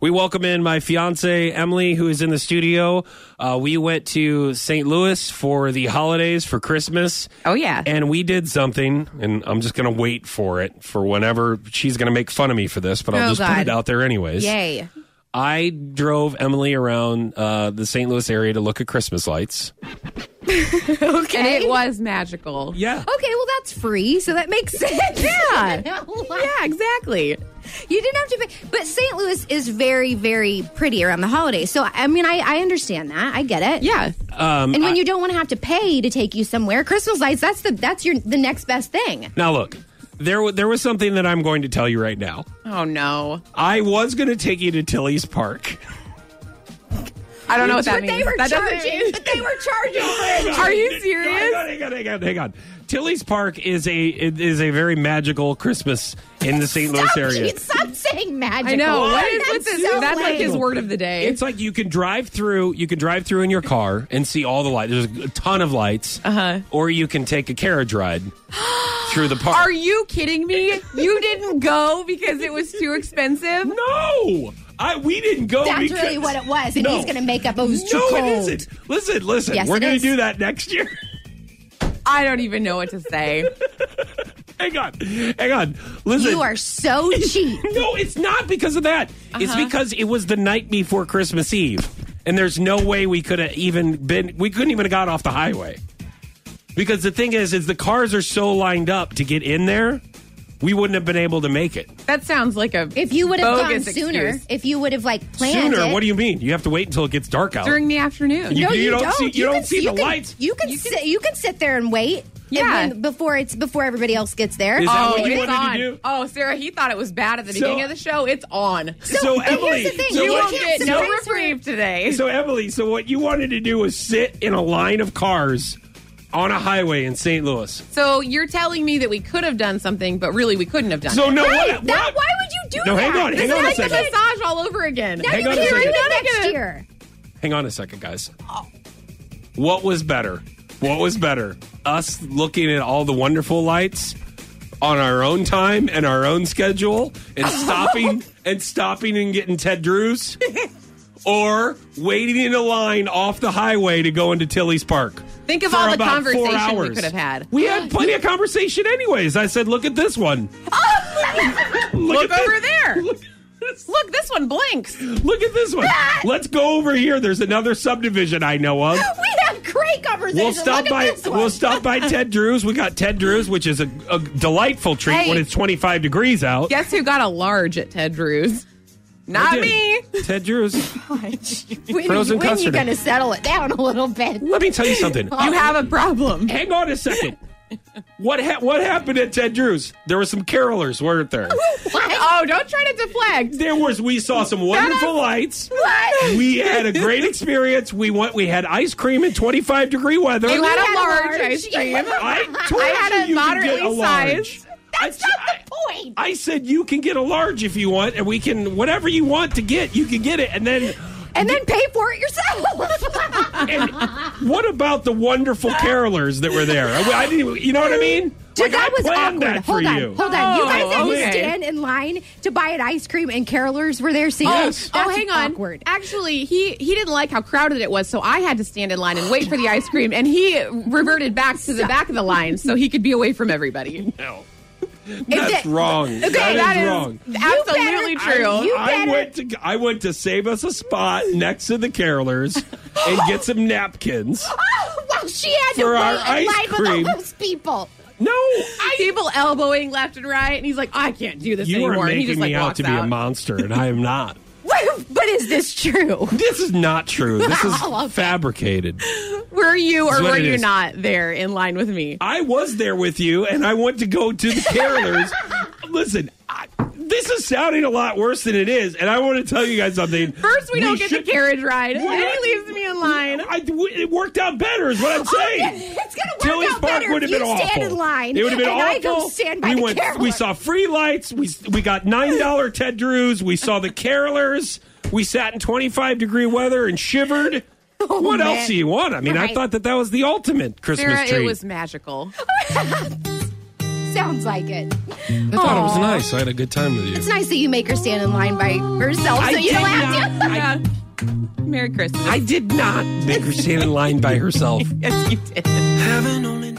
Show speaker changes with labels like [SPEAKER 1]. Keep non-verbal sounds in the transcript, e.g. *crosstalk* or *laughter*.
[SPEAKER 1] We welcome in my fiance Emily, who is in the studio. Uh, we went to St. Louis for the holidays for Christmas,
[SPEAKER 2] Oh yeah.
[SPEAKER 1] and we did something. And I'm just going to wait for it for whenever she's going to make fun of me for this, but I'll
[SPEAKER 2] Oh,
[SPEAKER 1] just put
[SPEAKER 2] God.
[SPEAKER 1] it out there anyways.
[SPEAKER 2] Yay.
[SPEAKER 1] I drove Emily around uh, the St. Louis area to look at Christmas lights.
[SPEAKER 2] Okay.
[SPEAKER 3] And it was magical.
[SPEAKER 1] Yeah,
[SPEAKER 2] Okay, well that's free, so that makes *laughs* sense.
[SPEAKER 3] *laughs* Yeah. Yeah, exactly.
[SPEAKER 2] You didn't have to pay. But St. Louis is very, very pretty around the holidays. So, I mean, I, I understand that. I get it.
[SPEAKER 3] Yeah.
[SPEAKER 1] Um,
[SPEAKER 2] And when you don't want to have to pay to take you somewhere, Christmas lights, that's the that's your the next best thing.
[SPEAKER 1] Now look, there w- there was something that I'm going to tell you right now.
[SPEAKER 3] Oh no.
[SPEAKER 1] I was going to take you to Tilly's Park.
[SPEAKER 3] I don't know what that
[SPEAKER 2] But
[SPEAKER 3] means.
[SPEAKER 2] they were
[SPEAKER 3] that doesn't
[SPEAKER 2] charging.
[SPEAKER 3] mean-
[SPEAKER 2] But they were charging
[SPEAKER 1] *laughs*
[SPEAKER 2] for it.
[SPEAKER 3] Are you
[SPEAKER 1] Hang
[SPEAKER 3] serious?
[SPEAKER 1] on, hang on, hang on, hang on. Tilly's Park is a it is a very magical Christmas in the St. Louis
[SPEAKER 2] Stop,
[SPEAKER 1] area.
[SPEAKER 2] Keith, stop saying magic.
[SPEAKER 3] *laughs* I know. What is
[SPEAKER 2] That's
[SPEAKER 3] with this?
[SPEAKER 2] so
[SPEAKER 3] That's like
[SPEAKER 2] lame.
[SPEAKER 3] his word of the day.
[SPEAKER 1] It's like you can drive through. You can drive through in your car and see all the lights. There's a ton of lights. Uh-huh. Or you can take a carriage
[SPEAKER 2] *gasps*
[SPEAKER 1] ride through the park.
[SPEAKER 3] Are you kidding me? You didn't go because it was too expensive?
[SPEAKER 1] no, I we didn't go.
[SPEAKER 2] That's
[SPEAKER 1] because-
[SPEAKER 2] really what it was. And
[SPEAKER 1] No.
[SPEAKER 2] he's going to make up. Oh, it was too
[SPEAKER 1] No,
[SPEAKER 2] cold.
[SPEAKER 1] it isn't. Listen, listen.
[SPEAKER 2] Yes,
[SPEAKER 1] We're
[SPEAKER 2] it
[SPEAKER 1] gonna
[SPEAKER 2] is.
[SPEAKER 1] do that next year. *laughs*
[SPEAKER 3] I don't even know what to say.
[SPEAKER 1] hang on, hang on. Listen,
[SPEAKER 2] You are so
[SPEAKER 1] *laughs*
[SPEAKER 2] cheap.
[SPEAKER 1] No, it's not because of that. It's
[SPEAKER 2] Uh-huh.
[SPEAKER 1] because it was the night before Christmas Eve, and there's no way we could have even been. We couldn't even have got off the highway because the thing is, is the cars are so lined up to get in there, we wouldn't have been able to make it
[SPEAKER 3] That sounds like a
[SPEAKER 2] If you would have gone
[SPEAKER 3] bogus
[SPEAKER 2] sooner,
[SPEAKER 3] excuse.
[SPEAKER 2] if you would have like planned
[SPEAKER 1] sooner.
[SPEAKER 2] it,
[SPEAKER 1] What do you mean? You have to wait until it gets dark out.
[SPEAKER 3] during the afternoon.
[SPEAKER 1] You-
[SPEAKER 2] no, you,
[SPEAKER 1] don't
[SPEAKER 2] don't.
[SPEAKER 1] see- you don't
[SPEAKER 2] can,
[SPEAKER 1] see the
[SPEAKER 2] can,
[SPEAKER 1] lights.
[SPEAKER 2] You can sit. You can sit there and wait.
[SPEAKER 3] Yeah.
[SPEAKER 2] and when- before it's before everybody else gets there. Um,
[SPEAKER 1] Is that
[SPEAKER 3] Oh,
[SPEAKER 1] what you
[SPEAKER 3] it's
[SPEAKER 1] wanted to
[SPEAKER 3] on.
[SPEAKER 1] do?
[SPEAKER 3] Oh, Sarah, he thought it was bad at the
[SPEAKER 1] So-
[SPEAKER 3] beginning of the show. It's on.
[SPEAKER 1] so,
[SPEAKER 2] but here's
[SPEAKER 1] Emily,
[SPEAKER 2] the thing,
[SPEAKER 1] so
[SPEAKER 3] you
[SPEAKER 2] you
[SPEAKER 3] will
[SPEAKER 1] what,
[SPEAKER 2] can't
[SPEAKER 3] get
[SPEAKER 2] sit
[SPEAKER 3] no
[SPEAKER 2] there.
[SPEAKER 3] reprieve today.
[SPEAKER 1] so Emily, so what you wanted to do was sit in a line of cars on a highway in St. Louis.
[SPEAKER 3] So you're telling me that we could have done something, but really we couldn't have done
[SPEAKER 1] So
[SPEAKER 3] it.
[SPEAKER 1] no,
[SPEAKER 2] Right,
[SPEAKER 1] what,
[SPEAKER 2] that-
[SPEAKER 1] what-
[SPEAKER 2] why would you do
[SPEAKER 1] No,
[SPEAKER 2] that?
[SPEAKER 1] hang on, hang
[SPEAKER 3] This
[SPEAKER 1] on a
[SPEAKER 3] is like the
[SPEAKER 1] second.
[SPEAKER 3] massage all over again.
[SPEAKER 2] Now
[SPEAKER 1] Hang
[SPEAKER 2] you
[SPEAKER 1] on a
[SPEAKER 2] can't do
[SPEAKER 1] second.
[SPEAKER 2] it
[SPEAKER 3] Hang on a
[SPEAKER 2] next
[SPEAKER 3] second.
[SPEAKER 2] year.
[SPEAKER 1] Hang on a second, guys. What was better? What was better? Us looking at all the wonderful lights on our own time and our own schedule
[SPEAKER 3] *laughs*
[SPEAKER 1] and stopping and stopping and getting Ted Drews or waiting in a line off the highway to go into Tilly's Park.
[SPEAKER 3] Think of
[SPEAKER 1] for
[SPEAKER 3] all the
[SPEAKER 1] about four
[SPEAKER 3] conversation we
[SPEAKER 1] hours.
[SPEAKER 3] could have had.
[SPEAKER 1] We had plenty of conversation anyways. I said, look at this
[SPEAKER 3] *laughs*
[SPEAKER 1] one.
[SPEAKER 3] Look
[SPEAKER 1] at
[SPEAKER 3] over
[SPEAKER 1] this-
[SPEAKER 3] there.
[SPEAKER 1] Look at *laughs* this
[SPEAKER 3] Look, this
[SPEAKER 1] *gasps*
[SPEAKER 3] one blinks. *laughs*
[SPEAKER 1] Look at this one.
[SPEAKER 2] Ah!
[SPEAKER 1] Let's go over here. There's another subdivision I know of.
[SPEAKER 2] We have great conversation.
[SPEAKER 1] We'll stop
[SPEAKER 2] Look
[SPEAKER 1] by.
[SPEAKER 2] At this one.
[SPEAKER 1] We'll stop
[SPEAKER 2] *laughs*
[SPEAKER 1] by Ted Drew's. We got Ted Drew's, which is a, a delightful treat
[SPEAKER 3] Hey.
[SPEAKER 1] when it's 25 degrees out.
[SPEAKER 3] *laughs* Guess who got a large at Ted Drew's? Not
[SPEAKER 1] I *laughs*
[SPEAKER 3] me.
[SPEAKER 1] did. Ted Drew's.
[SPEAKER 2] When,
[SPEAKER 1] Frozen
[SPEAKER 2] when you
[SPEAKER 1] custard.
[SPEAKER 2] going to settle it down a little bit?
[SPEAKER 1] Let me tell you something.
[SPEAKER 3] You have a
[SPEAKER 1] *laughs*
[SPEAKER 3] problem.
[SPEAKER 1] Hang on a second. What ha- what happened at Ted Drew's? There were some carolers, weren't there?
[SPEAKER 3] Oh, don't try to deflect.
[SPEAKER 1] There was. We saw some wonderful lights.
[SPEAKER 2] What?
[SPEAKER 1] We had a great experience. We went. We had ice cream in 25 degree weather.
[SPEAKER 3] You had,
[SPEAKER 2] had
[SPEAKER 3] a
[SPEAKER 2] a
[SPEAKER 3] large,
[SPEAKER 2] large.
[SPEAKER 3] ice cream.
[SPEAKER 1] I told
[SPEAKER 3] I had
[SPEAKER 1] you you
[SPEAKER 3] a
[SPEAKER 1] could get
[SPEAKER 3] moderately
[SPEAKER 1] a large.
[SPEAKER 3] sized.
[SPEAKER 1] I,
[SPEAKER 2] Point.
[SPEAKER 1] I said you can get a large if you want, and we can whatever you want to get, you can get it. And then,
[SPEAKER 2] And then pay for
[SPEAKER 1] *laughs*
[SPEAKER 2] it yourself.
[SPEAKER 1] and what about the wonderful carolers that were there? I, I didn't, you know what I mean?
[SPEAKER 2] Dude, that
[SPEAKER 1] I
[SPEAKER 2] was
[SPEAKER 1] planned
[SPEAKER 2] awkward.
[SPEAKER 1] that for
[SPEAKER 2] hold on,
[SPEAKER 1] you.
[SPEAKER 2] hold on.
[SPEAKER 3] Oh,
[SPEAKER 2] you guys had
[SPEAKER 3] okay.
[SPEAKER 2] to stand in line to buy an ice cream, and carolers were there. See,
[SPEAKER 1] Yes.
[SPEAKER 3] Oh, hang on.
[SPEAKER 2] Awkward.
[SPEAKER 3] Actually, he he didn't like how crowded it was, so I had to stand in line and wait for the ice cream, and he reverted back to the back of the line so he could be away from everybody.
[SPEAKER 1] No. That's
[SPEAKER 2] it-
[SPEAKER 1] wrong.
[SPEAKER 3] Okay, *laughs* that is,
[SPEAKER 1] wrong.
[SPEAKER 3] absolutely
[SPEAKER 2] better-
[SPEAKER 3] true.
[SPEAKER 2] you
[SPEAKER 1] I
[SPEAKER 2] better-
[SPEAKER 1] went to I went to save us a spot next to the carolers and get some napkins.
[SPEAKER 2] Oh, well, she had to
[SPEAKER 1] For
[SPEAKER 2] wait
[SPEAKER 1] our
[SPEAKER 2] in
[SPEAKER 1] ice
[SPEAKER 2] line
[SPEAKER 1] cream.
[SPEAKER 2] with all those people.
[SPEAKER 1] No,
[SPEAKER 3] People elbowing left and right, and he's like, "I can't do this
[SPEAKER 1] you
[SPEAKER 3] anymore."
[SPEAKER 1] are
[SPEAKER 3] and he just
[SPEAKER 1] making
[SPEAKER 3] like
[SPEAKER 1] me out
[SPEAKER 3] walks
[SPEAKER 1] to be a monster, and I am not.
[SPEAKER 2] but is this true?
[SPEAKER 1] This is not true.
[SPEAKER 3] *laughs*
[SPEAKER 1] This is
[SPEAKER 2] Oh, okay.
[SPEAKER 1] fabricated.
[SPEAKER 3] Were you
[SPEAKER 1] It's
[SPEAKER 3] or
[SPEAKER 1] what
[SPEAKER 3] were
[SPEAKER 1] it
[SPEAKER 3] you
[SPEAKER 1] is.
[SPEAKER 3] not there in line with me?
[SPEAKER 1] I was there with you, and I went to go to the carolers.
[SPEAKER 3] *laughs*
[SPEAKER 1] Listen, I, this is sounding a lot worse than it is, and I want to tell you guys something.
[SPEAKER 3] First, we, don't get
[SPEAKER 1] should-
[SPEAKER 3] the carriage ride,
[SPEAKER 1] We're
[SPEAKER 3] and
[SPEAKER 1] not-
[SPEAKER 3] he leaves me in line.
[SPEAKER 1] I, we- it worked out better, is
[SPEAKER 3] Oh,
[SPEAKER 1] what I'm saying.
[SPEAKER 2] *laughs* It's gonna work
[SPEAKER 1] Tilly's
[SPEAKER 2] out
[SPEAKER 1] Park
[SPEAKER 2] better
[SPEAKER 1] would
[SPEAKER 2] if
[SPEAKER 1] have been
[SPEAKER 2] you
[SPEAKER 1] awful.
[SPEAKER 2] stand in line.
[SPEAKER 1] it would have been
[SPEAKER 2] and
[SPEAKER 1] awful.
[SPEAKER 2] I go stand by
[SPEAKER 1] we
[SPEAKER 2] the
[SPEAKER 1] went. We
[SPEAKER 2] caroler.
[SPEAKER 1] saw free lights. We we got
[SPEAKER 2] *laughs*
[SPEAKER 1] nine dollar Ted Drews. We saw the carolers. We sat in 25 degree weather and
[SPEAKER 2] *laughs*
[SPEAKER 1] shivered. what
[SPEAKER 2] Oh, man.
[SPEAKER 1] else do you want? I mean, I
[SPEAKER 2] Right.
[SPEAKER 1] thought that that was the ultimate Christmas
[SPEAKER 3] Sarah,
[SPEAKER 1] treat.
[SPEAKER 3] it was magical.
[SPEAKER 2] So sounds like it.
[SPEAKER 1] I thought it was nice. I had a good time with you.
[SPEAKER 2] It's nice that you make her stand in line by herself so you
[SPEAKER 3] did
[SPEAKER 2] don't have to. *laughs*
[SPEAKER 3] not- Yeah. *laughs* Merry Christmas.
[SPEAKER 1] I did not make her stand in line by herself.
[SPEAKER 3] yes, you did.
[SPEAKER 1] Heaven only